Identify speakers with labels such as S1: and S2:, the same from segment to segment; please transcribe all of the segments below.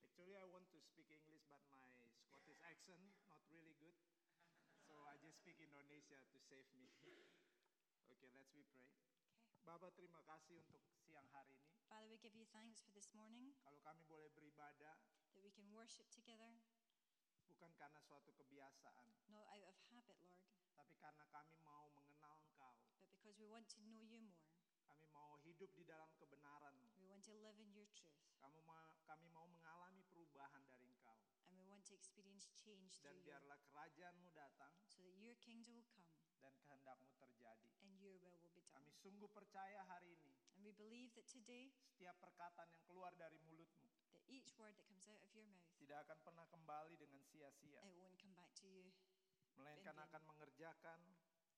S1: Actually, I want to speak English, but my Scottish accent not really good. So I just speak Indonesia to save me. okay, let's be pray.
S2: Okay.
S1: Bapak terima kasih untuk siang hari ini.
S2: Father, we give you thanks for this morning
S1: Kalau kami boleh beribadah,
S2: that we can worship together,
S1: bukan karena suatu kebiasaan,
S2: not out of habit, Lord,
S1: tapi karena kami mau mengenal Engkau.
S2: but because we want to know you more.
S1: Kami mau hidup di dalam kebenaran-Mu.
S2: We want to live in your truth,
S1: Kamu ma- kami mau mengalami perubahan dari Engkau.
S2: and we want to experience change through
S1: Dan
S2: you
S1: biarlah kerajaan-Mu datang
S2: so that your kingdom will come
S1: dan kehendak-Mu terjadi.
S2: and your will will be done.
S1: Kami sungguh percaya hari ini
S2: And we believe that today,
S1: setiap perkataan yang keluar dari mulutmu
S2: that each word that comes out of your mouth,
S1: tidak akan pernah kembali dengan sia-sia,
S2: it won't come back to you,
S1: melainkan
S2: Amen.
S1: akan mengerjakan,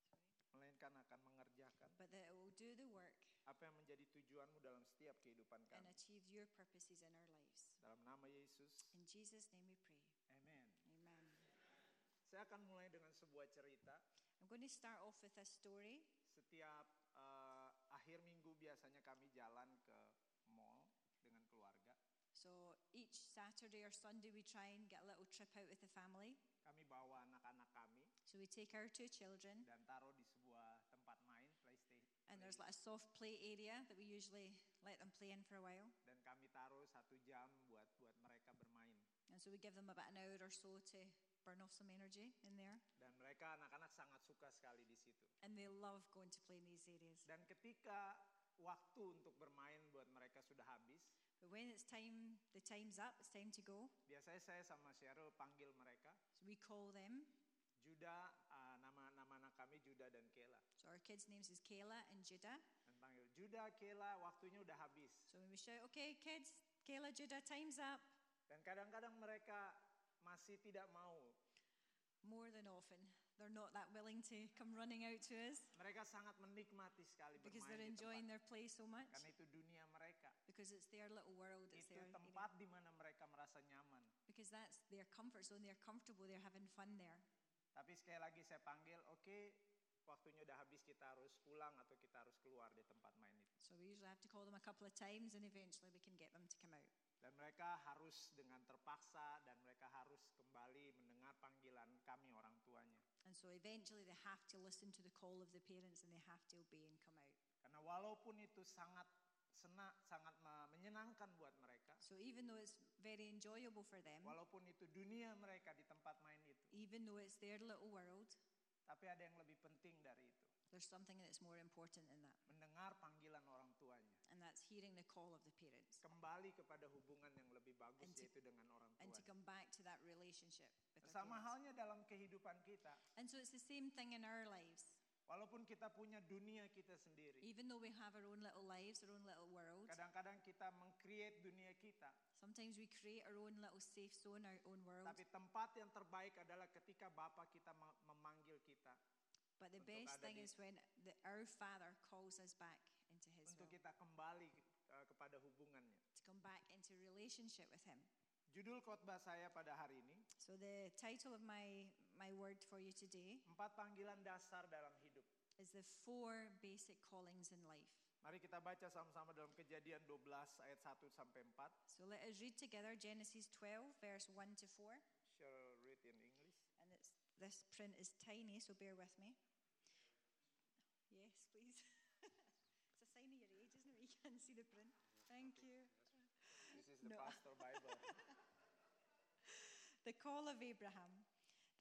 S2: sorry,
S1: melainkan akan mengerjakan
S2: but that it will do the work
S1: apa yang menjadi tujuanmu dalam setiap kehidupan
S2: and
S1: kami.
S2: achieve your purposes in our lives.
S1: Dalam nama Yesus,
S2: In Jesus' name we pray.
S1: Amen.
S2: Amen.
S1: Saya akan mulai dengan sebuah cerita.
S2: I'm going to start off with a story.
S1: Setiap eh, akhir minggu biasanya kami jalan ke mall dengan keluarga.
S2: So each Saturday or Sunday, we try and get a little trip out with the family.
S1: Kami bawa anak-anak kami
S2: So we take our two children,
S1: dan taruh di sebuah tempat main PlayStation.
S2: and there's like a soft play area that we usually let them play in for a while.
S1: dan kami taruh satu jam buat buat mereka bermain.
S2: And so we give them about an hour or so to burn off some energy in there.
S1: Dan mereka anak-anak sangat suka sekali di situ.
S2: And they love going to play in these areas.
S1: Dan ketika waktu untuk bermain buat mereka sudah habis,
S2: But when it's time, the time's up, it's time to go.
S1: biasanya saya sama Cheryl panggil mereka,
S2: So we call them.
S1: Juda, ah, nama nama anak kami Juda dan Kela.
S2: So our kids' names is Kayla and Judah.
S1: Dan panggil Juda, Kela, waktunya udah habis.
S2: So when we shout, okay, kids, Kayla, Judah, time's up,
S1: Dan kadang-kadang mereka masih tidak mau.
S2: more than often, they're not that willing to come running out to us.
S1: Mereka sangat menikmati sekali
S2: because they're
S1: bermain di
S2: enjoying
S1: tempat.
S2: their play so much
S1: Karena itu dunia mereka.
S2: because it's their little world it's
S1: Itu
S2: their you know,
S1: tempat di mana mereka merasa nyaman.
S2: because that's their comfort zone they're comfortable they're having fun there
S1: Tapi sekali lagi saya panggil, oke, waktunya udah habis kita harus pulang atau kita harus keluar di tempat main itu.
S2: so we usually have to call them a couple of times and eventually we can get them to come out
S1: Dan mereka harus dengan terpaksa dan mereka harus kembali mendengar panggilan kami orang tuanya.
S2: and so eventually they have to listen to the call of the parents and they have to obey and come out
S1: Karena walaupun itu sangat sena, sangat me- menyenangkan buat mereka,
S2: so even though it's very enjoyable for them
S1: walaupun itu dunia mereka di tempat main itu,
S2: even though it's their little world
S1: tapi ada yang lebih penting dari itu,
S2: there's something that's more important than that
S1: mendengar panggilan orang tuanya.
S2: and that's hearing the call of the parents
S1: Kembali kepada hubungan yang lebih bagus
S2: And to-
S1: yaitu dengan orang
S2: and to
S1: tuanya.
S2: come back to that relationship with their
S1: Sama
S2: parents.
S1: halnya dalam kehidupan kita.
S2: and so it's the same thing in our lives
S1: Walaupun kita punya dunia kita sendiri,
S2: Even though we have our own little lives, our own little world,
S1: kadang-kadang kita meng-create dunia kita,
S2: sometimes we create our own little safe zone, our own world.
S1: tapi tempat yang terbaik adalah ketika Bapa kita ma- memanggil kita
S2: but the
S1: untuk
S2: best
S1: ada
S2: thing
S1: di-
S2: is when the, our Father calls us back into His will,
S1: untuk kita kembali eh, kepada hubungannya.
S2: to come back into relationship with Him.
S1: Judul khotbah saya pada hari ini,
S2: So the title of my my word for you today
S1: empat panggilan dasar dalam hidup.
S2: is the four basic callings in life.
S1: Mari kita baca sama-sama dalam Kejadian 12 ayat 1 sampai 4.
S2: So let us read together Genesis 12, verse 1 to 4.
S1: Shall I read in English?
S2: And it's, this print is tiny, so bear with me. Yes, please. it's a sign of your age, isn't it? You can't see the print. Thank you.
S1: This is the
S2: No.
S1: pastor Bible.
S2: The call of Abraham.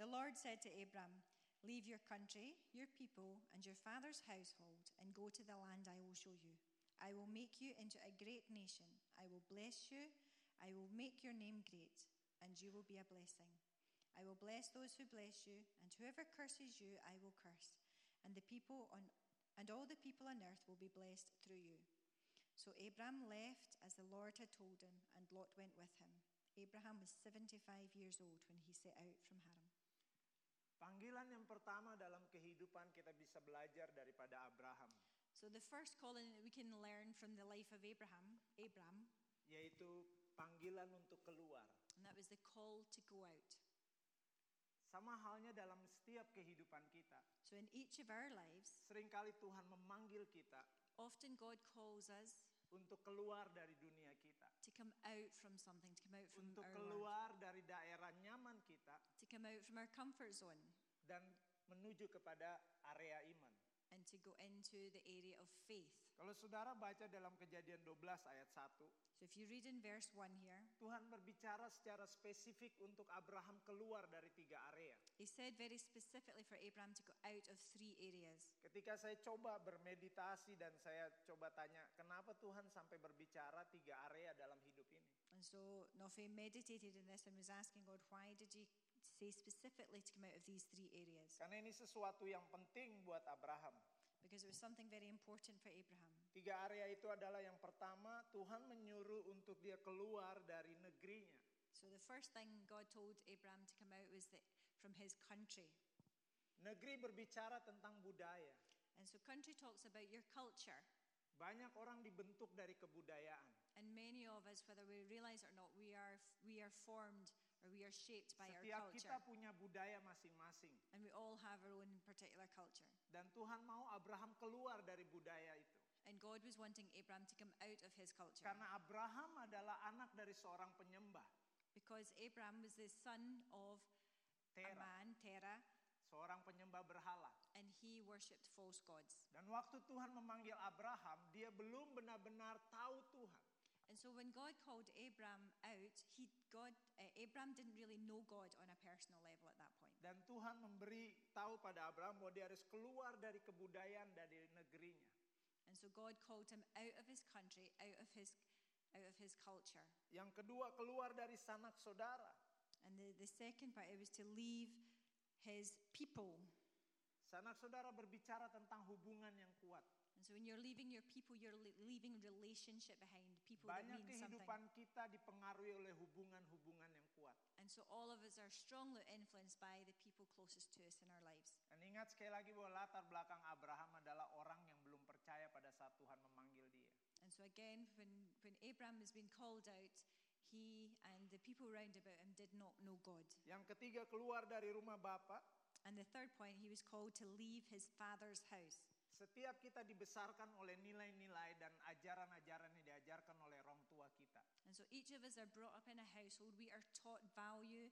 S2: The Lord said to Abram, Leave your country, your people, and your father's household, and go to the land I will show you. I will make you into a great nation. I will bless you. I will make your name great, and you will be a blessing. I will bless those who bless you, and whoever curses you, I will curse. And the people on and all the people on earth will be blessed through you. So Abram left as the Lord had told him, and Lot went with him. Abraham was 75 years old when he set out from Haran.
S1: Panggilan yang pertama dalam kehidupan kita bisa belajar daripada Abraham.
S2: So the first calling that we can learn from the life of Abraham, Abram,
S1: yaitu panggilan untuk keluar.
S2: and that was the call to go out.
S1: Sama halnya dalam setiap kehidupan kita.
S2: So in each of our lives,
S1: Seringkali Tuhan memanggil kita
S2: often God calls us
S1: untuk keluar dari dunia kita,
S2: to come out from something, to come out from
S1: untuk
S2: our world,
S1: keluar dari daerah nyaman kita
S2: to come out from our comfort zone,
S1: dan menuju kepada area iman.
S2: and to go into the area of faith.
S1: Kalau saudara baca dalam Kejadian 12 ayat 1,
S2: So if you read in verse 1 here,
S1: Tuhan berbicara secara spesifik untuk Abraham keluar dari tiga area.
S2: he said very specifically for Abraham to go out of three areas.
S1: Ketika saya coba bermeditasi dan saya coba tanya, kenapa Tuhan sampai berbicara tiga area dalam hidup ini?
S2: And so Nofe meditated in this and was asking God, why did you say specifically to come out of these three areas?
S1: Karena ini sesuatu yang penting buat Abraham.
S2: Because it was something very important for Abraham.
S1: Tiga area itu adalah yang pertama, Tuhan menyuruh untuk dia keluar dari negerinya.
S2: So the first thing God told Abraham to come out was that from his country.
S1: Negeri berbicara tentang budaya.
S2: And so country talks about your culture.
S1: Banyak orang dibentuk dari kebudayaan.
S2: And many of us, whether we realize it or not, we are we are formed or we are shaped by our
S1: Setiap
S2: culture.
S1: kita punya budaya masing-masing.
S2: And we all have our own particular culture.
S1: Dan Tuhan mau Abraham keluar dari budaya itu.
S2: And God was wanting Abraham to come out of his culture.
S1: Karena Abraham adalah anak dari seorang penyembah,
S2: Because Abraham was the son of a
S1: Tera,
S2: man, Terah,
S1: seorang penyembah berhala.
S2: and he worshipped false gods.
S1: Dan waktu Tuhan memanggil Abraham, dia belum benar-benar tahu Tuhan.
S2: And so when God called Abraham out, he God uh, Abraham didn't really know God on a personal level at that point.
S1: Dan Tuhan memberi tahu pada Abraham bahwa dia harus keluar dari kebudayaan dari negerinya.
S2: And so God called him out of his country, out of his out of his culture.
S1: Yang kedua, keluar dari sanak saudara.
S2: And the, the second part it was to leave his people.
S1: Sanak saudara berbicara tentang hubungan yang kuat.
S2: And so when you're leaving your people, you're le- leaving relationship behind, people that
S1: Banyak
S2: mean something.
S1: kehidupan kita dipengaruhi oleh hubungan-hubungan yang kuat.
S2: And so all of us are strongly influenced by the people closest to us in our lives.
S1: Dan ingat sekali lagi bahwa latar belakang Abraham adalah orang yang belum percaya pada saat Tuhan memanggil dia.
S2: And so again, when, when Abraham has been called out, he and the people round about him did not know God.
S1: Yang ketiga, keluar dari rumah Bapak.
S2: And the third point, he was called to leave his father's house.
S1: Setiap kita dibesarkan oleh nilai-nilai dan ajaran-ajaran yang diajarkan oleh orang tua kita.
S2: And so each of us are brought up in a household. We are taught value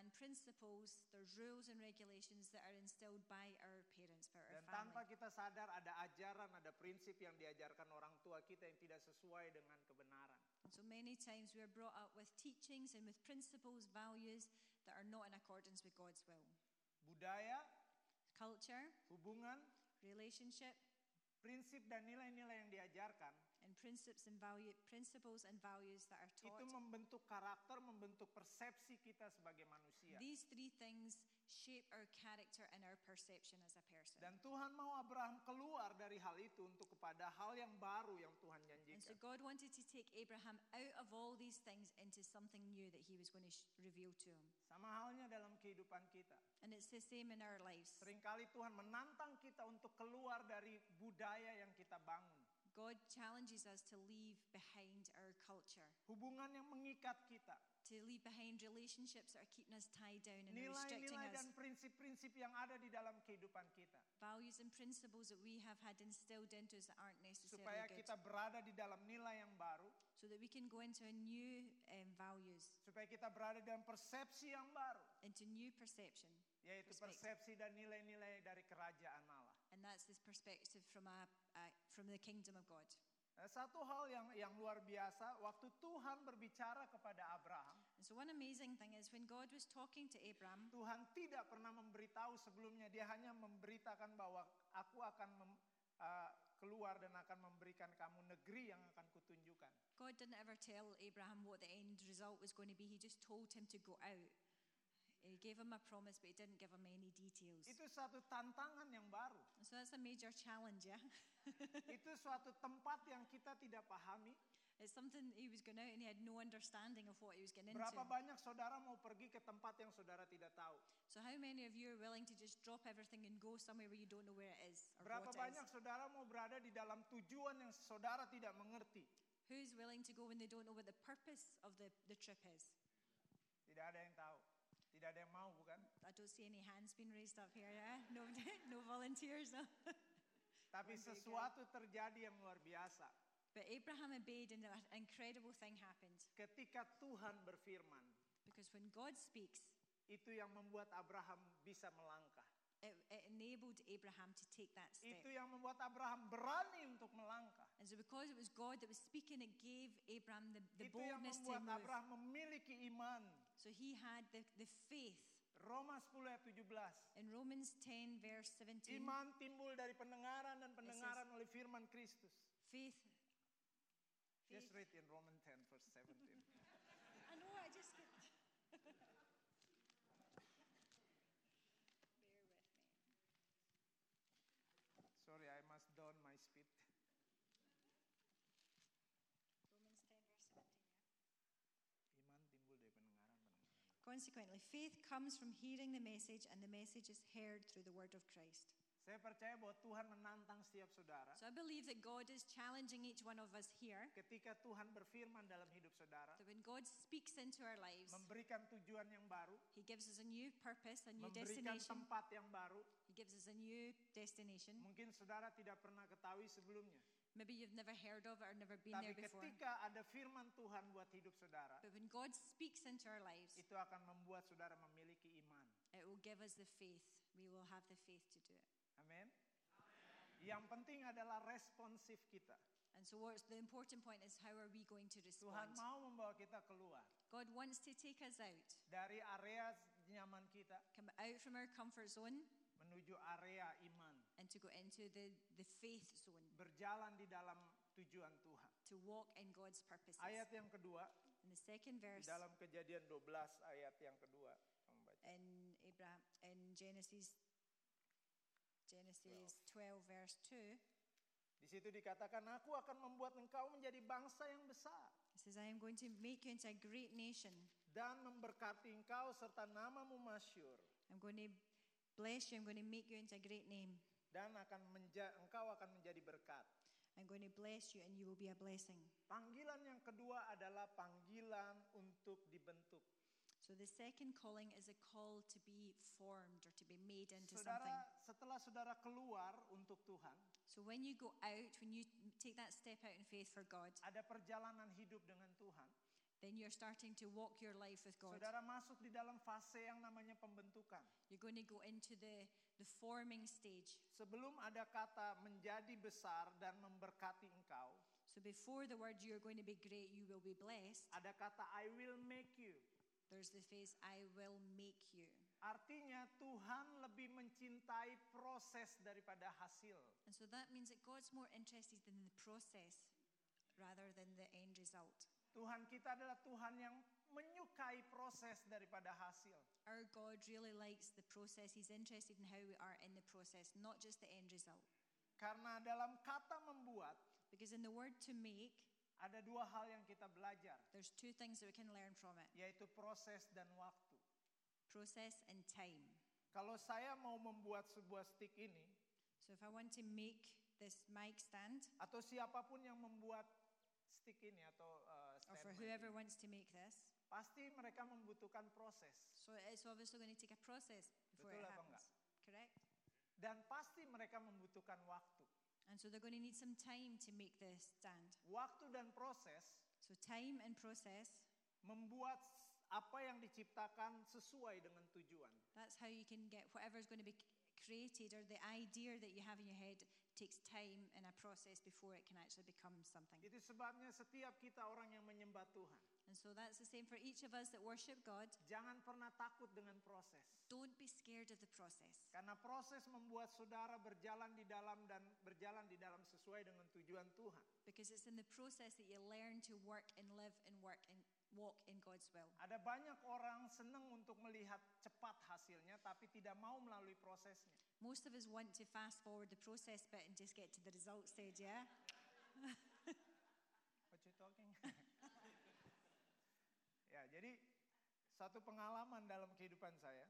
S2: and principles. There's rules and regulations that are instilled by our parents, by our
S1: Dan tanpa
S2: family.
S1: kita sadar ada ajaran, ada prinsip yang diajarkan orang tua kita yang tidak sesuai dengan kebenaran.
S2: And so many times we are brought up with teachings and with principles, values that are not in accordance with God's will.
S1: Budaya,
S2: Culture,
S1: hubungan,
S2: relationship,
S1: prinsip dan nilai-nilai yang diajarkan
S2: and principles and value principles and values that are
S1: itu
S2: taught.
S1: membentuk karakter, membentuk persepsi kita sebagai manusia.
S2: These three things shape our character and our perception as a person.
S1: Dan Tuhan mau Abraham keluar dari hal itu untuk kepada hal yang baru yang Tuhan
S2: And so
S1: janjikan.
S2: God wanted to take Abraham out of all these things into something new that he was going to sh- reveal to him.
S1: Sama halnya dalam kehidupan kita.
S2: And it's the same in our lives.
S1: Seringkali Tuhan menantang kita untuk keluar dari budaya yang kita bangun.
S2: God challenges us to leave behind our culture,
S1: Hubungan yang mengikat kita.
S2: to leave behind relationships that are keeping us tied down and are restricting
S1: Nilai-nilai
S2: us,
S1: dan prinsip-prinsip yang ada di dalam kehidupan kita.
S2: values and principles that we have had instilled into us that aren't necessarily
S1: Supaya
S2: good,
S1: kita berada di dalam nilai yang baru.
S2: so that we can go into a new um, values,
S1: Supaya kita berada dalam persepsi yang baru.
S2: into new perception.
S1: Yaitu
S2: Perspektif.
S1: persepsi dan nilai-nilai dari kerajaan Allah.
S2: And that's this perspective from, a, a, from the kingdom of God.
S1: Nah, satu hal yang yang luar biasa, waktu Tuhan berbicara kepada Abraham,
S2: And so, one amazing thing is when God was talking to Abraham,
S1: Tuhan tidak pernah memberitahu sebelumnya. Dia hanya memberitakan bahwa aku akan mem- eh, keluar dan akan memberikan kamu negeri yang akan kutunjukkan.
S2: God didn't ever tell Abraham what the end result was going to be. He just told him to go out. He gave him a promise, but he didn't give him any details.
S1: Itu satu tantangan yang baru.
S2: And so, that's a major challenge, yeah?
S1: Itu suatu tempat yang kita tidak pahami.
S2: It's something he was going out and he had no understanding of what he was getting into.
S1: Berapa banyak saudara mau pergi ke tempat yang saudara tidak tahu?
S2: So, how many of you are willing to just drop everything and go somewhere where you don't know where it is or
S1: Berapa
S2: what it
S1: banyak
S2: is?
S1: saudara mau berada di dalam tujuan yang saudara tidak mengerti?
S2: Who's willing to go when they don't know what the purpose of the, the trip is?
S1: Tidak ada yang tahu. Tidak ada yang mau, bukan?
S2: I don't see any hands being raised up here. Yeah, no, no volunteers. No.
S1: Tapi
S2: One day again.
S1: sesuatu terjadi yang luar biasa.
S2: But Abraham obeyed, and an incredible thing happened.
S1: Ketika Tuhan berfirman,
S2: Because when God speaks,
S1: itu yang membuat Abraham bisa melangkah.
S2: it, it enabled Abraham to take that step.
S1: Itu yang membuat Abraham berani untuk melangkah.
S2: And so, because it was God that was speaking, it gave Abraham the, the
S1: itu yang
S2: boldness to
S1: membuat
S2: move.
S1: Abraham memiliki iman.
S2: So, he had the, the faith.
S1: Roma 10 ayat 17.
S2: In Romans 10, verse 17,
S1: Iman timbul dari pendengaran dan pendengaran oleh firman Kristus.
S2: faith.
S1: Just
S2: faith.
S1: read in Romans 10 verse 17.
S2: I know, I just get. Bear with me.
S1: Sorry, I must down my speed.
S2: Romans 10,
S1: Iman timbul dari
S2: verse 17.
S1: pendengaran. pendengaran.
S2: Consequently, faith comes from hearing the message, and the message is heard through the word of Christ.
S1: Saya percaya bahwa Tuhan menantang setiap saudara.
S2: So I believe that God is challenging each one of us here.
S1: Ketika Tuhan berfirman dalam hidup saudara,
S2: That when God speaks into our lives,
S1: memberikan tujuan yang baru,
S2: He gives us a new purpose, a new
S1: memberikan
S2: destination.
S1: tempat yang baru,
S2: He gives us a new destination.
S1: mungkin saudara tidak pernah ketahui sebelumnya.
S2: Maybe you've never heard of it or never been
S1: Tapi
S2: there before.
S1: ketika ada firman Tuhan buat hidup saudara,
S2: But when God speaks into our lives,
S1: itu akan membuat saudara memiliki iman.
S2: it will give us the faith. We will have the faith to do it.
S1: Amin. Yang penting adalah responsif kita.
S2: And so, what's the important point is how are we going to
S1: Tuhan
S2: respond?
S1: mau membawa kita keluar
S2: God wants to take us out,
S1: dari area nyaman kita
S2: come out from our comfort zone,
S1: menuju area iman,
S2: and to go into the, the faith zone,
S1: berjalan di dalam tujuan Tuhan.
S2: to walk in God's purposes.
S1: Ayat yang kedua
S2: in the second
S1: di
S2: verse
S1: dalam Kejadian 12 ayat yang kedua. Kamu baca.
S2: in Abraham in Genesis Genesis 12 verse 2 it
S1: Di situ dikatakan aku akan membuat engkau menjadi bangsa yang besar
S2: says I am going to make you into a great nation
S1: dan memberkati engkau serta namamu masyur
S2: I'm going to bless you I'm going to make you into a great name
S1: dan akan menja- engkau akan menjadi berkat.
S2: I'm going to bless you and you will be a blessing
S1: Panggilan yang kedua adalah panggilan untuk dibentuk.
S2: so the second calling is a call to be formed or to be made into something
S1: Saudara, setelah saudara keluar untuk Tuhan,
S2: so when you go out when you take that step out in faith for God
S1: ada perjalanan hidup dengan Tuhan.
S2: then you're starting to walk your life with God
S1: Saudara masuk di dalam fase yang namanya pembentukan.
S2: you're going to go into the the forming stage
S1: Sebelum ada kata menjadi besar dan memberkati engkau,
S2: So before the word you're going to be great, you will be blessed,
S1: ada kata I will make you.
S2: there's the phrase I will make you.
S1: Artinya Tuhan lebih mencintai proses daripada hasil.
S2: And so that means that God's more interested in the process rather than the end result.
S1: Tuhan kita adalah Tuhan yang menyukai proses daripada hasil.
S2: Our God really likes the process. He's interested in how we are in the process, not just the end result.
S1: Karena dalam kata membuat
S2: Because in the word to make,
S1: ada dua hal yang kita belajar,
S2: there's two things that we can learn from it
S1: yaitu proses dan waktu.
S2: process and time.
S1: Kalau saya mau membuat sebuah stick ini
S2: So if I want to make this mic stand,
S1: atau siapapun yang membuat stick ini atau uh,
S2: or
S1: stand
S2: for
S1: mic
S2: whoever
S1: ini,
S2: wants to make this,
S1: pasti mereka membutuhkan proses
S2: so it's obviously going to take a process before
S1: Betul
S2: it
S1: apa
S2: happens. Correct?
S1: dan pasti mereka membutuhkan waktu.
S2: And so they're going to need some time to make this stand.
S1: Waktu dan proses
S2: So, time and process,
S1: membuat s- apa yang diciptakan sesuai dengan tujuan.
S2: that's how you can get whatever's going to be c- created or the idea that you have in your head takes time and a process before it can actually become something.
S1: Itu sebabnya setiap kita orang yang menyembah Tuhan,
S2: And so that's the same for each of us that worship God.
S1: jangan pernah takut dengan proses.
S2: Don't be scared of the process
S1: Karena proses membuat saudara berjalan di dalam dan berjalan di dalam sesuai dengan tujuan Tuhan.
S2: because it's in the process that you learn to work and live and work and walk in God's will.
S1: Ada banyak orang senang untuk melihat cepat hasilnya tapi tidak mau melalui prosesnya.
S2: Most of us want to fast forward the process bit and just get to the result stage, yeah?
S1: What you talking? ya, jadi satu pengalaman dalam kehidupan saya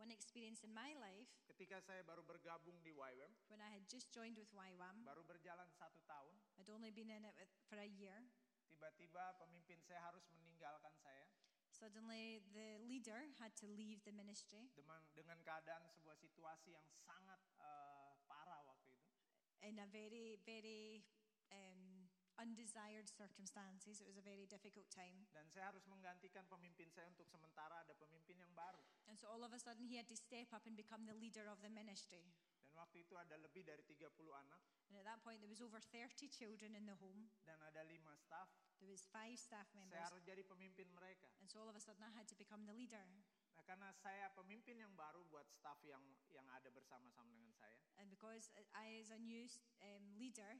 S2: One experience in my life
S1: ketika saya baru bergabung di YWAM,
S2: when I had just joined with YWAM,
S1: baru berjalan satu tahun,
S2: I'd only been in it with, for a year.
S1: tiba-tiba pemimpin saya harus meninggalkan saya
S2: Suddenly, the leader had to leave the ministry
S1: dengan dengan keadaan sebuah situasi yang sangat eh, parah waktu itu.
S2: in a very, very um, undesired circumstances. It was a very difficult time.
S1: Dan saya harus menggantikan pemimpin saya untuk sementara ada pemimpin yang baru.
S2: And so all of a sudden, he had to step up and become the leader of the ministry.
S1: Dan waktu itu ada lebih dari 30 anak
S2: And at that point, there was over 30 children in the home.
S1: dan ada lima staf.
S2: There was five staff
S1: Saya
S2: members.
S1: harus jadi pemimpin mereka.
S2: And so all of a sudden, I had to become the leader.
S1: Nah, karena saya pemimpin yang baru buat staf yang yang ada bersama-sama dengan saya.
S2: And because I, as a new um, leader,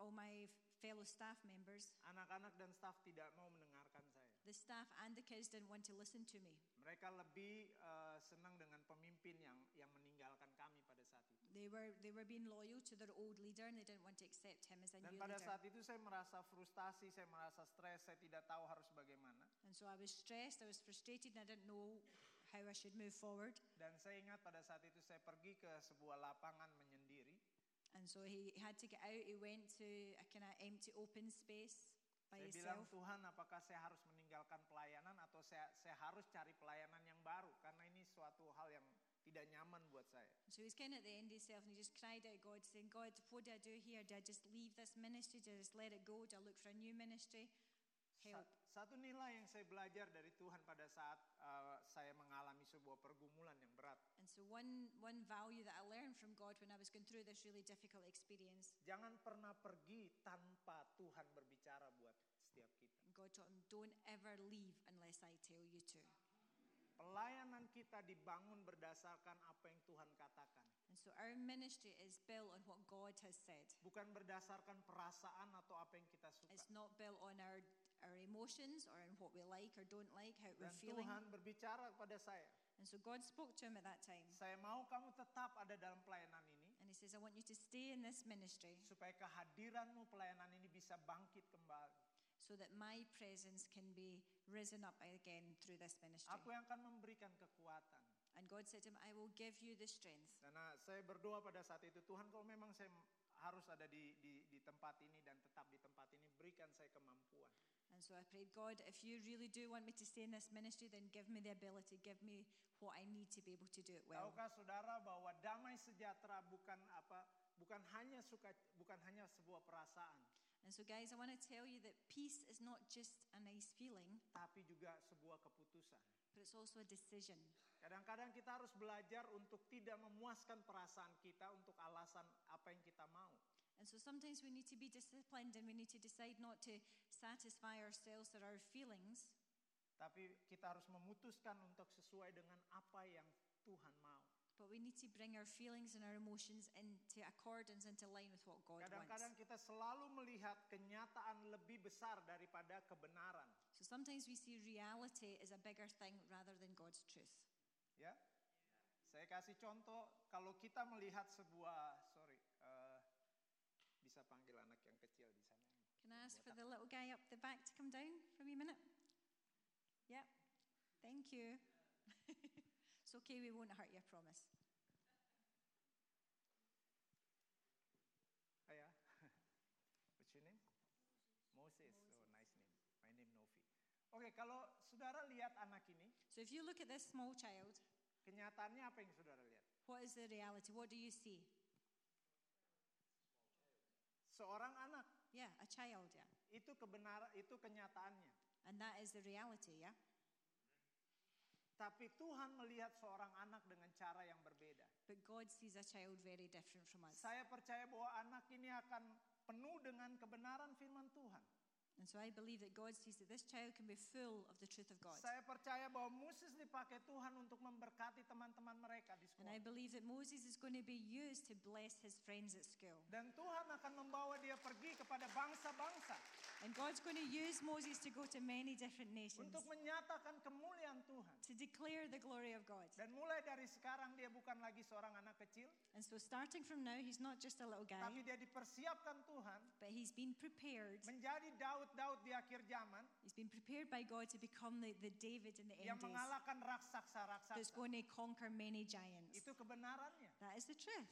S2: all my fellow staff members,
S1: Anak-anak dan staf tidak mau mendengarkan saya.
S2: the staff and the kids didn't want to listen to me.
S1: Mereka lebih eh, senang dengan pemimpin yang yang meninggalkan kami pada saat itu.
S2: They were they were being loyal to their old leader and they didn't want to accept him as a
S1: Dan
S2: new
S1: pada
S2: leader.
S1: saat itu saya merasa frustasi, saya merasa stres, saya tidak tahu harus bagaimana.
S2: And so I was stressed, I was frustrated, and I didn't know how I should move forward.
S1: Dan saya ingat pada saat itu saya pergi ke sebuah lapangan menyendiri
S2: And so he had to get out. He went to a kind of empty open space by
S1: Saya bilang
S2: himself.
S1: Tuhan, apakah saya harus meninggalkan pelayanan atau saya saya harus cari pelayanan yang baru karena ini suatu hal yang tidak nyaman buat saya.
S2: So he was kind of at the end of himself and he just cried out God, saying, God, what do I do here? Do I just leave this ministry? Do I just let it go? Do I look for a new ministry?
S1: Sa-
S2: Help.
S1: satu nilai yang saya belajar dari Tuhan pada saat eh, saya mengalami sebuah pergumulan yang berat,
S2: And so one, one value that I learned from God when I was going through this really difficult experience,
S1: jangan pernah pergi tanpa Tuhan berbicara buat setiap kita.
S2: God taught him, don't ever leave unless I tell you to.
S1: Pelayanan kita dibangun berdasarkan apa yang Tuhan katakan,
S2: And so our ministry is built on what God has said.
S1: bukan berdasarkan perasaan atau apa yang kita suka.
S2: It's not built on our our emotions or on what we like or don't like, how
S1: Dan
S2: we're feeling.
S1: Tuhan berbicara kepada saya,
S2: And so God spoke to him at that time.
S1: saya mau kamu tetap ada dalam pelayanan ini.
S2: And he says, I want you to stay in this ministry
S1: supaya kehadiranmu pelayanan ini bisa bangkit kembali.
S2: so that my presence can be risen up again through this ministry.
S1: Aku yang akan memberikan kekuatan.
S2: And God said to him, I will give you the strength.
S1: Dan ah, saya berdoa pada saat itu, Tuhan kalau memang saya m- harus ada di, di, di tempat ini dan tetap di tempat ini, berikan saya kemampuan.
S2: And so I prayed, God, if you really do want me to stay in this ministry, then give me the ability, give me what I need to be able to do it well.
S1: Tahukah saudara bahwa damai sejahtera bukan apa bukan hanya suka bukan hanya sebuah perasaan,
S2: And so, guys, I want to tell you that peace is not just a nice feeling,
S1: tapi juga sebuah keputusan.
S2: but it's also a decision.
S1: Kadang-kadang kita harus belajar untuk tidak memuaskan perasaan kita untuk alasan apa yang kita mau.
S2: And so sometimes we need to be disciplined and we need to decide not to satisfy ourselves or our feelings,
S1: Tapi kita harus memutuskan untuk sesuai dengan apa yang Tuhan mau.
S2: but we need to bring our feelings and our emotions into accordance, into line with what God
S1: Kadang-kadang
S2: wants.
S1: kita selalu melihat kenyataan lebih besar daripada kebenaran,
S2: So sometimes we see reality as a bigger thing rather than God's truth.
S1: ya. Saya kasih contoh, kalau kita melihat sebuah, sorry, eh, bisa panggil anak yang kecil di sana.
S2: Can I ask for the little guy up the back to come down for me a minute? Yep. Thank you. it's okay, we won't hurt you, I promise.
S1: Hiya. Ah, ya. What's your name? Moses. Oh, nice name. My name Novi. Oke, kalau saudara lihat anak ini,
S2: So if you look at this small child,
S1: kenyataannya apa yang saudara lihat?
S2: what is the reality? What do you see?
S1: Seorang anak
S2: Yeah, a child, yeah.
S1: itu kebenaran, itu kenyataannya.
S2: And that is the reality, yeah?
S1: Tapi Tuhan melihat seorang anak dengan cara yang berbeda.
S2: But God sees a child very different from us.
S1: Saya percaya bahwa anak ini akan penuh dengan kebenaran firman Tuhan.
S2: And so I believe that God sees that this child can be full of the truth of God.
S1: Saya percaya bahwa Moses dipakai Tuhan untuk memberkati teman-teman mereka di
S2: And I
S1: sekolah.
S2: believe that Moses is going to be used to bless his friends at school.
S1: Dan Tuhan akan membawa dia pergi kepada bangsa-bangsa
S2: And God's going to use Moses to go to many different nations
S1: untuk menyatakan kemuliaan Tuhan.
S2: to declare the glory of God.
S1: Dan mulai dari sekarang dia bukan lagi seorang anak kecil,
S2: And so starting from now, he's not just a little guy,
S1: tapi dia dipersiapkan Tuhan
S2: but he's been prepared.
S1: menjadi Daud-Daud di akhir zaman
S2: He's been prepared by God to become the, the David in the
S1: yang
S2: end days
S1: mengalahkan
S2: that's
S1: raksasa-raksasa.
S2: going to conquer many giants.
S1: Itu kebenarannya.
S2: That is the truth.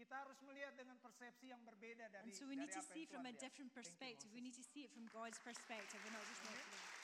S1: Kita harus melihat dengan persepsi yang berbeda dari,
S2: And so we
S1: dari
S2: need to
S1: apa
S2: see
S1: yang Tuhan
S2: from a
S1: lihat.
S2: different
S1: Thank you,
S2: perspective. We
S1: Moses.
S2: need to see it from God's perspective and not just looking at it.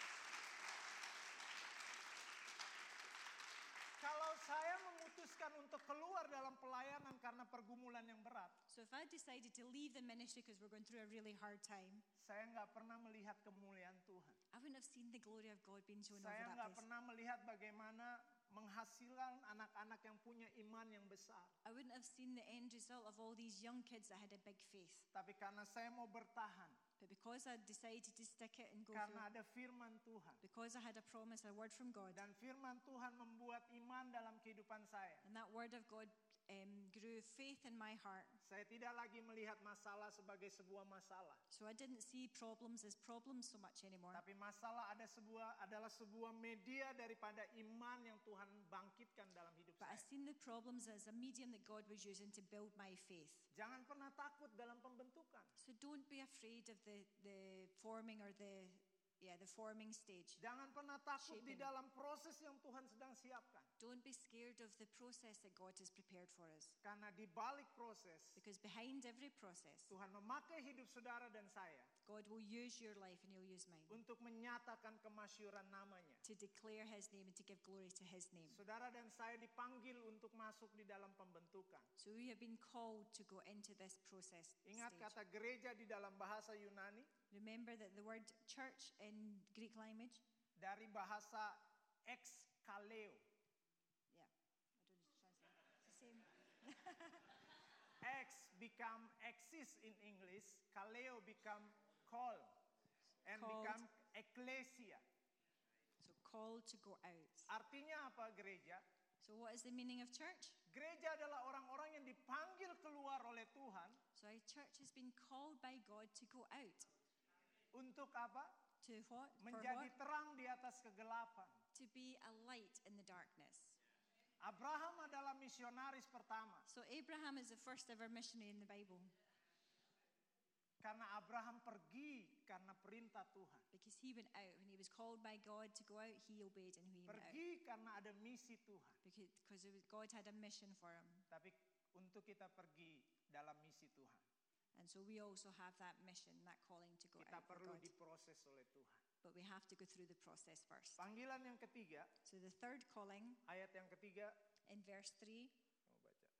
S1: Kalau saya memutus memutuskan untuk keluar dalam pelayanan karena pergumulan yang berat,
S2: So if I decided to leave the ministry because we're going through a really hard time,
S1: saya nggak pernah melihat kemuliaan Tuhan.
S2: I wouldn't have seen the glory of God being shown
S1: Saya
S2: over that
S1: nggak
S2: place.
S1: pernah melihat bagaimana menghasilkan anak-anak yang punya iman yang besar.
S2: I wouldn't have seen the end result of all these young kids that had a big faith.
S1: Tapi karena saya mau bertahan,
S2: But because I decided to stick it and go
S1: karena
S2: through,
S1: ada firman Tuhan.
S2: because I had a promise, a word from God,
S1: Dan firman Tuhan membuat iman dalam kehidupan saya.
S2: and that word of God um, grew faith in my heart.
S1: Saya tidak lagi melihat masalah sebagai sebuah masalah,
S2: So I didn't see problems as problems so much anymore.
S1: tapi masalah ada sebuah adalah sebuah media daripada iman yang Tuhan bangkitkan dalam hidup
S2: But I
S1: saya.
S2: seen the problems as a medium that God was using to build my faith.
S1: Jangan pernah takut dalam pembentukan.
S2: So don't be afraid of the, the forming or the yeah, the forming stage.
S1: Jangan pernah takut di
S2: Shaping.
S1: dalam proses yang Tuhan sedang siapkan.
S2: Don't be scared of the process that God has prepared for us.
S1: Karena di balik proses,
S2: Because behind every process,
S1: Tuhan memakai hidup saudara dan saya
S2: God will use your life and He'll use mine
S1: untuk menyatakan kemasyuran namanya.
S2: to declare His name and to give glory to His name.
S1: Saudara dan saya dipanggil untuk masuk di dalam pembentukan.
S2: So we have been called to go into this process.
S1: Ingat
S2: stage.
S1: kata gereja di dalam bahasa Yunani
S2: Remember that the word church in Greek language,
S1: dari bahasa ekskaleo.
S2: yeah, I don't need to translate. It's the same.
S1: Ex become exist in English, kaleo become call and
S2: Called.
S1: become ecclesia.
S2: So called to go out.
S1: Artinya apa gereja?
S2: So what is the meaning of church?
S1: Gereja adalah orang-orang yang dipanggil keluar oleh Tuhan
S2: So our church has been called by God to go out.
S1: untuk apa?
S2: To what? For
S1: Menjadi
S2: what?
S1: terang di atas kegelapan.
S2: To be a light in the darkness.
S1: Abraham adalah misionaris pertama
S2: So Abraham is the first ever missionary in the Bible
S1: karena Abraham pergi karena perintah Tuhan.
S2: because he went out. When he was called by God to go out, he obeyed and he went out
S1: Pergi karena ada misi Tuhan.
S2: because, because it was, God had a mission for him.
S1: Tapi untuk kita pergi dalam misi Tuhan,
S2: And so we also have that mission, that calling to go
S1: kita
S2: out for
S1: perlu
S2: God.
S1: diproses oleh Tuhan.
S2: But we have to go through the process first.
S1: Panggilan yang ketiga,
S2: So the third calling
S1: ayat yang ketiga,
S2: in verse 3
S1: kamu baca.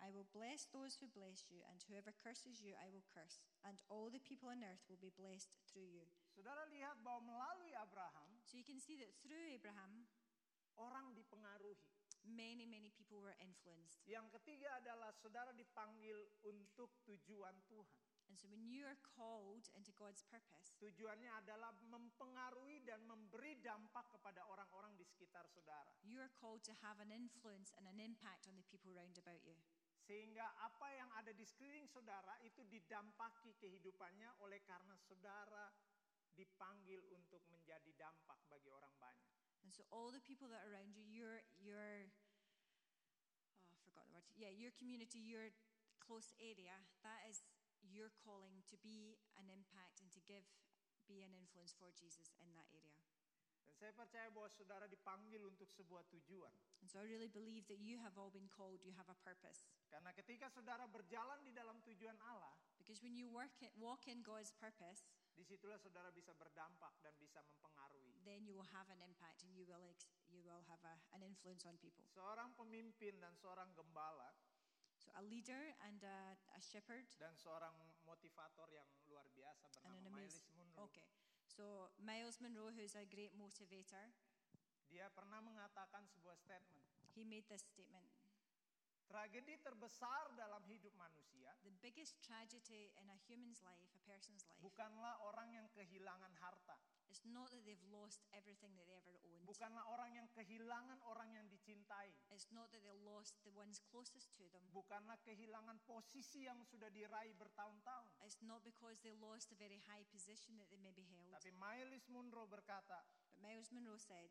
S2: I will bless those who bless you, and whoever curses you, I will curse, and all the people on earth will be blessed through you.
S1: Saudara lihat bahwa melalui Abraham,
S2: So you can see that through Abraham,
S1: orang dipengaruhi.
S2: many, many people were influenced.
S1: Yang ketiga adalah saudara dipanggil untuk tujuan Tuhan.
S2: And so when you are called into God's purpose,
S1: Tujuannya adalah mempengaruhi dan memberi dampak kepada orang-orang di sekitar saudara.
S2: you are called to have an influence and an impact on the people round about you.
S1: Sehingga apa yang ada di sekeliling saudara itu didampaki kehidupannya oleh karena saudara dipanggil untuk menjadi dampak bagi orang banyak.
S2: And so all the people that are around you, your your oh, I forgot the word. Yeah, your community, your close area, that is your calling to be an impact and to give be an influence for Jesus in that area.
S1: Dan saya percaya bahwa saudara dipanggil untuk sebuah tujuan.
S2: And so I really believe that you have all been called, you have a purpose.
S1: Karena ketika saudara berjalan di dalam tujuan Allah,
S2: Because when you work it, walk in God's purpose,
S1: disitulah saudara bisa berdampak dan bisa mempengaruhi.
S2: then you will have an impact and you will ex- you will have a, an influence on people.
S1: Seorang pemimpin dan seorang gembala
S2: So a leader and a, a shepherd
S1: dan seorang motivator yang luar biasa
S2: and
S1: bernama
S2: an amazing.
S1: Miles Munro.
S2: Okay, so Miles Monroe, who's a great motivator,
S1: Dia pernah mengatakan sebuah statement.
S2: he made this statement:
S1: Tragedi terbesar dalam hidup manusia
S2: the biggest tragedy in a human's life, a person's life,
S1: bukanlah orang yang kehilangan harta,
S2: it's not that they've lost everything that they ever owned.
S1: bukanlah orang yang kehilangan orang yang dicintai,
S2: It's not that they lost the ones closest to them.
S1: bukanlah kehilangan posisi yang sudah diraih bertahun-tahun.
S2: It's not because they lost a very high position that they maybe held.
S1: Tapi Miles Munro berkata,
S2: But Miles Monroe said,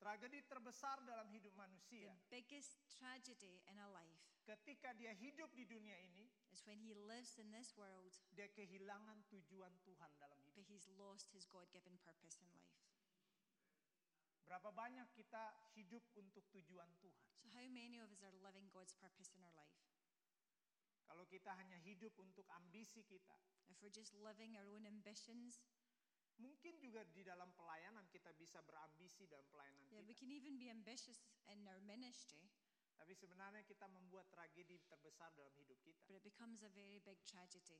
S1: tragedi terbesar dalam hidup manusia
S2: the biggest tragedy in a life
S1: ketika dia hidup di dunia ini,
S2: is when he lives in this world,
S1: dia kehilangan tujuan Tuhan dalam hidup.
S2: but he's lost his God given purpose in life.
S1: Berapa banyak kita hidup untuk tujuan Tuhan?
S2: So, how many of us are living God's purpose in our life?
S1: Kalau kita hanya hidup untuk ambisi kita,
S2: If we're just living our own ambitions,
S1: Mungkin juga di dalam pelayanan kita bisa berambisi dalam pelayanan
S2: Yeah, we
S1: kita.
S2: can even be ambitious in our ministry,
S1: Tapi sebenarnya kita membuat tragedi terbesar dalam hidup kita.
S2: but it becomes a very big tragedy.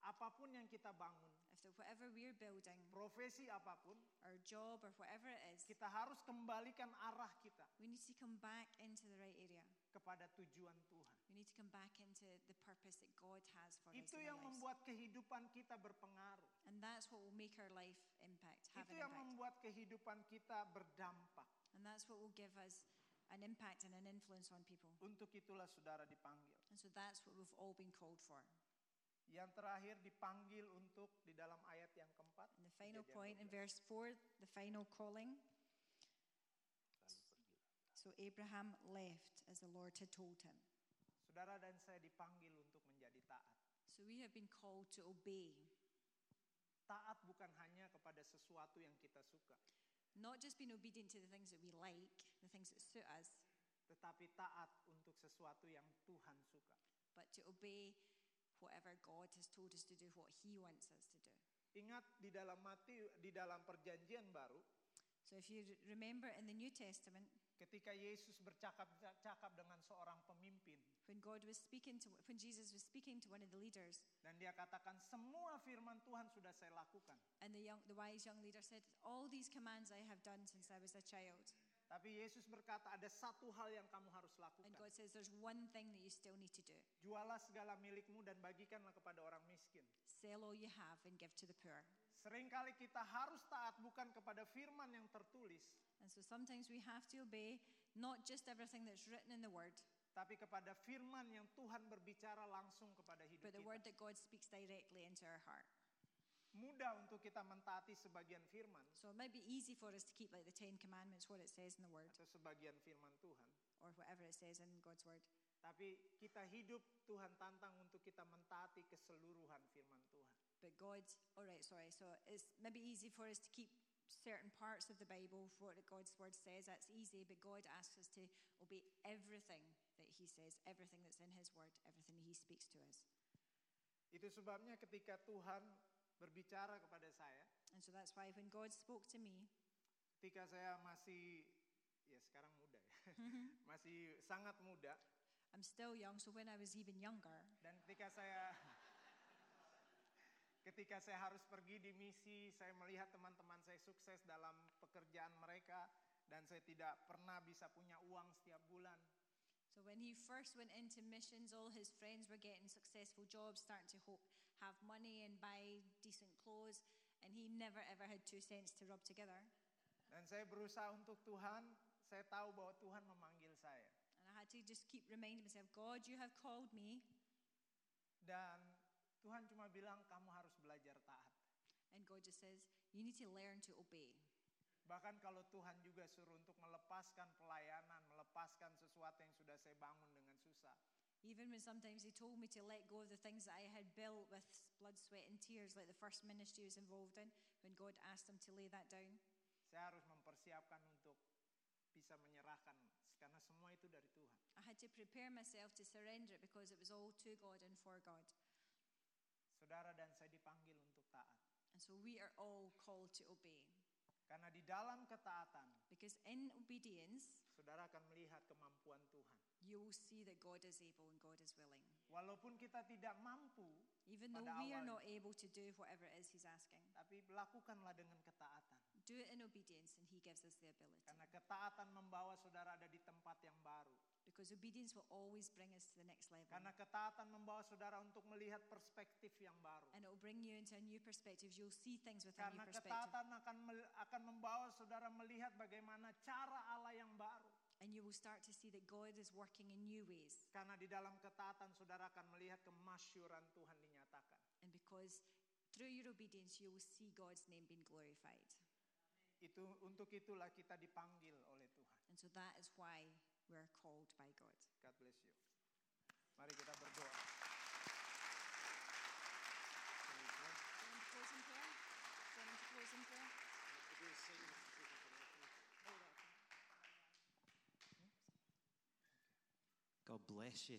S1: Apapun yang kita bangun,
S2: If the, whatever we're building,
S1: profesi apapun,
S2: our job or whatever it is,
S1: kita harus kembalikan arah kita
S2: we need to come back into the right area.
S1: kepada tujuan Tuhan.
S2: We need to come back into the purpose that God has for us.
S1: Itu
S2: in our
S1: yang
S2: lives.
S1: membuat kehidupan kita berpengaruh.
S2: And that's what will make our life impact, have
S1: Itu
S2: an
S1: yang
S2: impact.
S1: membuat kehidupan kita berdampak.
S2: And that's what will give us an impact and an influence on people.
S1: Untuk itulah saudara dipanggil.
S2: And so that's what we've all been called for.
S1: Yang terakhir dipanggil untuk di dalam ayat yang keempat.
S2: And the final
S1: Kejadian
S2: point in
S1: 12.
S2: verse 4, the final calling. So Abraham left as the Lord had told him.
S1: Saudara dan saya dipanggil untuk menjadi taat.
S2: So we have been called to obey,
S1: Taat bukan hanya kepada sesuatu yang kita suka,
S2: not just being obedient to the things that we like, the things that suit us,
S1: tetapi taat untuk sesuatu yang Tuhan suka.
S2: but to obey whatever God has told us to do, what He wants us to do.
S1: Ingat di dalam Matius di dalam perjanjian baru
S2: So if you re- remember in the New Testament,
S1: ketika Yesus bercakap-cakap dengan seorang pemimpin
S2: when God was speaking to, when Jesus was speaking to one of the leaders,
S1: dan dia katakan semua firman Tuhan sudah saya lakukan.
S2: and the, young, the wise young leader said, All these commands I have done since I was a child.
S1: Tapi Yesus berkata ada satu hal yang kamu harus lakukan.
S2: And God says, There's one thing that you still need to do
S1: Jualah segala milikmu dan bagikanlah kepada orang miskin.
S2: sell all you have and give to the poor.
S1: Seringkali kita harus taat bukan kepada firman yang tertulis,
S2: And so sometimes we have to obey not just everything that's written in the Word,
S1: tapi kepada firman yang Tuhan berbicara langsung kepada hidup
S2: but the Word
S1: kita.
S2: that God speaks directly into our heart.
S1: Mudah untuk kita mentaati sebagian firman
S2: So it might be easy for us to keep like the Ten Commandments, what it says in the Word,
S1: atau sebagian firman Tuhan,
S2: or whatever it says in God's Word.
S1: tapi kita hidup Tuhan tantang untuk kita mentaati keseluruhan firman Tuhan.
S2: But God, all right, sorry. So it's maybe easy for us to keep certain parts of the Bible, what God's word says, that's easy. But God asks us to obey everything that He says, everything that's in His word, everything He speaks to us.
S1: Itu sebabnya ketika Tuhan berbicara kepada saya,
S2: And so that's why when God spoke to me,
S1: ketika saya masih ya sekarang muda ya. masih sangat muda
S2: I'm still young. So when I was even younger,
S1: Dan ketika saya ketika saya harus pergi di misi, saya melihat teman-teman saya sukses dalam pekerjaan mereka dan saya tidak pernah bisa punya uang setiap bulan.
S2: so when he first went into missions, all his friends were getting successful jobs, starting to hope, have money and buy decent clothes. And he never ever had two cents to rub together.
S1: Dan saya berusaha untuk Tuhan, saya tahu bahwa Tuhan memanggil saya.
S2: And I had to just keep reminding myself, God, you have called me.
S1: Dan Tuhan cuma bilang kamu harus belajar taat.
S2: And God just says, you need to learn to obey.
S1: Bahkan kalau Tuhan juga suruh untuk melepaskan pelayanan, melepaskan sesuatu yang sudah saya bangun dengan susah.
S2: Even when sometimes He told me to let go of the things that I had built with blood, sweat, and tears, like the first ministry I was involved in, when God asked Him to lay that down,
S1: Saya harus mempersiapkan untuk bisa menyerahkan karena semua itu dari Tuhan.
S2: I had to prepare myself to surrender it because it was all to God and for God.
S1: Saudara dan saya dipanggil untuk taat.
S2: And so we are all called to obey
S1: Karena di dalam ketaatan,
S2: because in obedience,
S1: saudara akan melihat kemampuan Tuhan.
S2: you will see that God is able and God is willing.
S1: Walaupun kita tidak mampu,
S2: Even though
S1: Pada
S2: we are
S1: awalnya.
S2: not able to do whatever it is He's asking,
S1: tapi lakukanlah dengan ketaatan.
S2: do it in obedience and He gives us the ability.
S1: Karena ketaatan membawa saudara ada di tempat yang baru.
S2: Because obedience will always bring us to the next level.
S1: Karena ketaatan membawa saudara untuk melihat perspektif yang baru.
S2: and it will bring you into a new perspective. You'll see things with a new
S1: Karena
S2: perspective,
S1: ketaatan akan mel- akan membawa saudara melihat bagaimana cara Allah yang baru.
S2: and you will start to see that God is working in new ways.
S1: Karena di dalam ketaatan saudara akan melihat kemasyuran Tuhan dinyatakan.
S2: And because through your obedience, you will see God's name being glorified.
S1: Itu untuk itulah kita dipanggil oleh Tuhan.
S2: And so that is why we're called by God.
S1: God bless you. Mari kita berdoa.
S3: God bless you